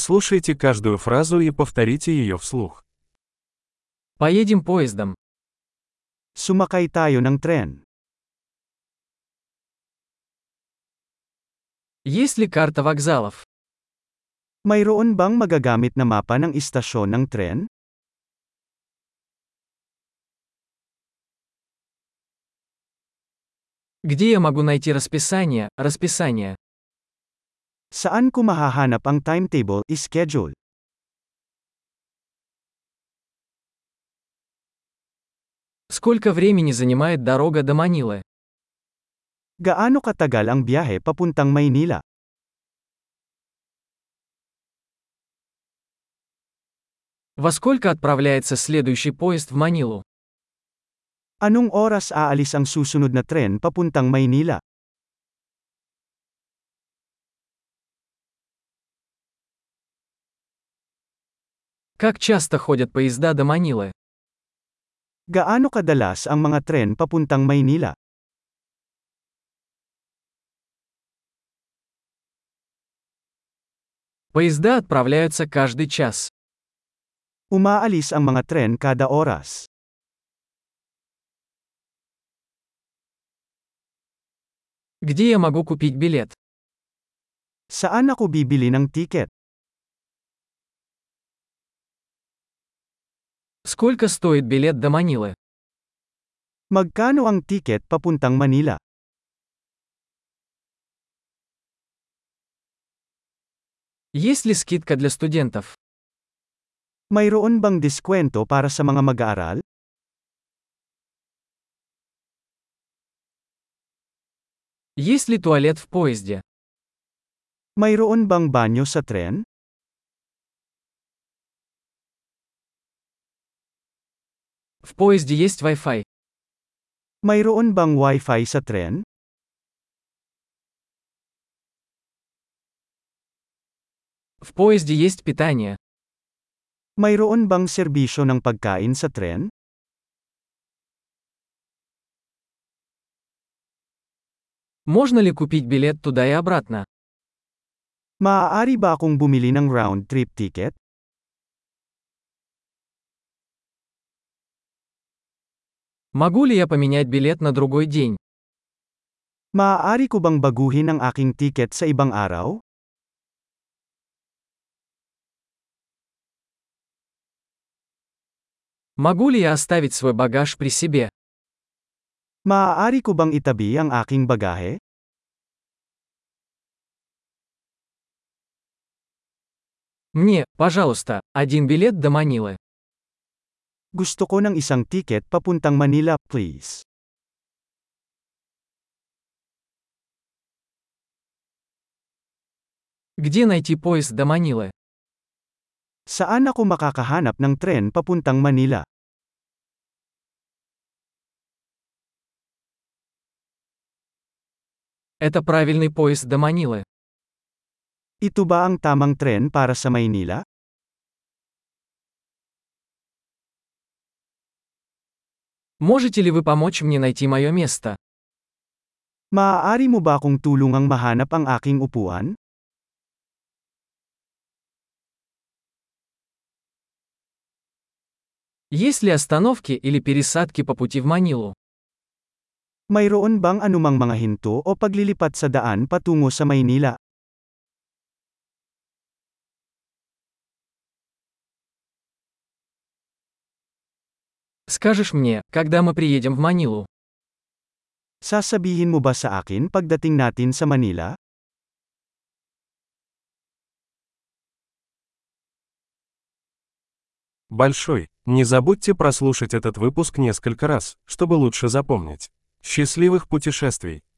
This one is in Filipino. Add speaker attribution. Speaker 1: Прослушайте каждую фразу и повторите ее вслух.
Speaker 2: Поедем поездом.
Speaker 3: Sumakay tayo ng tren.
Speaker 2: Есть ли карта вокзалов?
Speaker 3: Mayroon bang magagamit na mapa ng istasyon ng tren?
Speaker 2: Где я могу найти расписание, расписание?
Speaker 3: Saan ko mahahanap ang timetable, schedule?
Speaker 2: Сколько времени занимает дорога до Манилы?
Speaker 3: Gaano katagal ang biyahe papuntang Maynila?
Speaker 2: Во сколько отправляется следующий поезд в Манилу?
Speaker 3: Anong oras aalis ang susunod na tren papuntang Maynila?
Speaker 2: Как часто ходят поезда до Манилы?
Speaker 3: Gaano kadalas ang mga tren papuntang Maynila?
Speaker 2: Поезда отправляются каждый час.
Speaker 3: Umaalis ang mga tren kada oras.
Speaker 2: Где я могу купить билет?
Speaker 3: Saan ako bibili ng tiket?
Speaker 2: Сколько стоит билет до Манилы?
Speaker 3: Magkano ang tiket papuntang Manila?
Speaker 2: Есть ли скидка для студентов?
Speaker 3: Mayroon bang diskwento para sa mga mag-aaral?
Speaker 2: Есть ли туалет в поезде?
Speaker 3: Mayroon bang banyo sa tren?
Speaker 2: В поезде есть Wi-Fi.
Speaker 3: Mayroon bang wifi sa tren?
Speaker 2: В поезде есть питание.
Speaker 3: Mayroon bang serbisyo ng pagkain sa tren?
Speaker 2: Можно ли купить билет туда и обратно?
Speaker 3: Maaari ba akong bumili ng round-trip ticket?
Speaker 2: Могу ли я поменять билет на другой день?
Speaker 3: Maaari ko bang baguhin ang aking ticket sa ibang araw?
Speaker 2: Могу ли я оставить свой багаж при себе?
Speaker 3: Maaari ko bang itabi ang aking bagahe?
Speaker 2: Мне, пожалуйста, один билет до Манилы.
Speaker 3: Gusto ko ng isang ticket papuntang Manila, please.
Speaker 2: Где найти поезд до Манилы?
Speaker 3: Saan ako makakahanap ng tren papuntang Manila?
Speaker 2: Это правильный поезд до Манилы.
Speaker 3: Ito ba ang tamang tren para sa Maynila?
Speaker 2: Можете ли вы помочь мне найти мое место?
Speaker 3: Maaari mo ba akong tulungang mahanap ang aking upuan?
Speaker 2: Есть ли остановки или пересадки по пути в Манилу?
Speaker 3: Mayroon bang anumang mga hinto o paglilipat sa daan patungo sa Maynila?
Speaker 2: Скажешь мне, когда мы приедем в Манилу?
Speaker 3: Sasabihin mo ba sa akin pagdating natin sa Manila?
Speaker 1: Большой. Не забудьте прослушать этот выпуск несколько раз, чтобы лучше запомнить. Счастливых путешествий!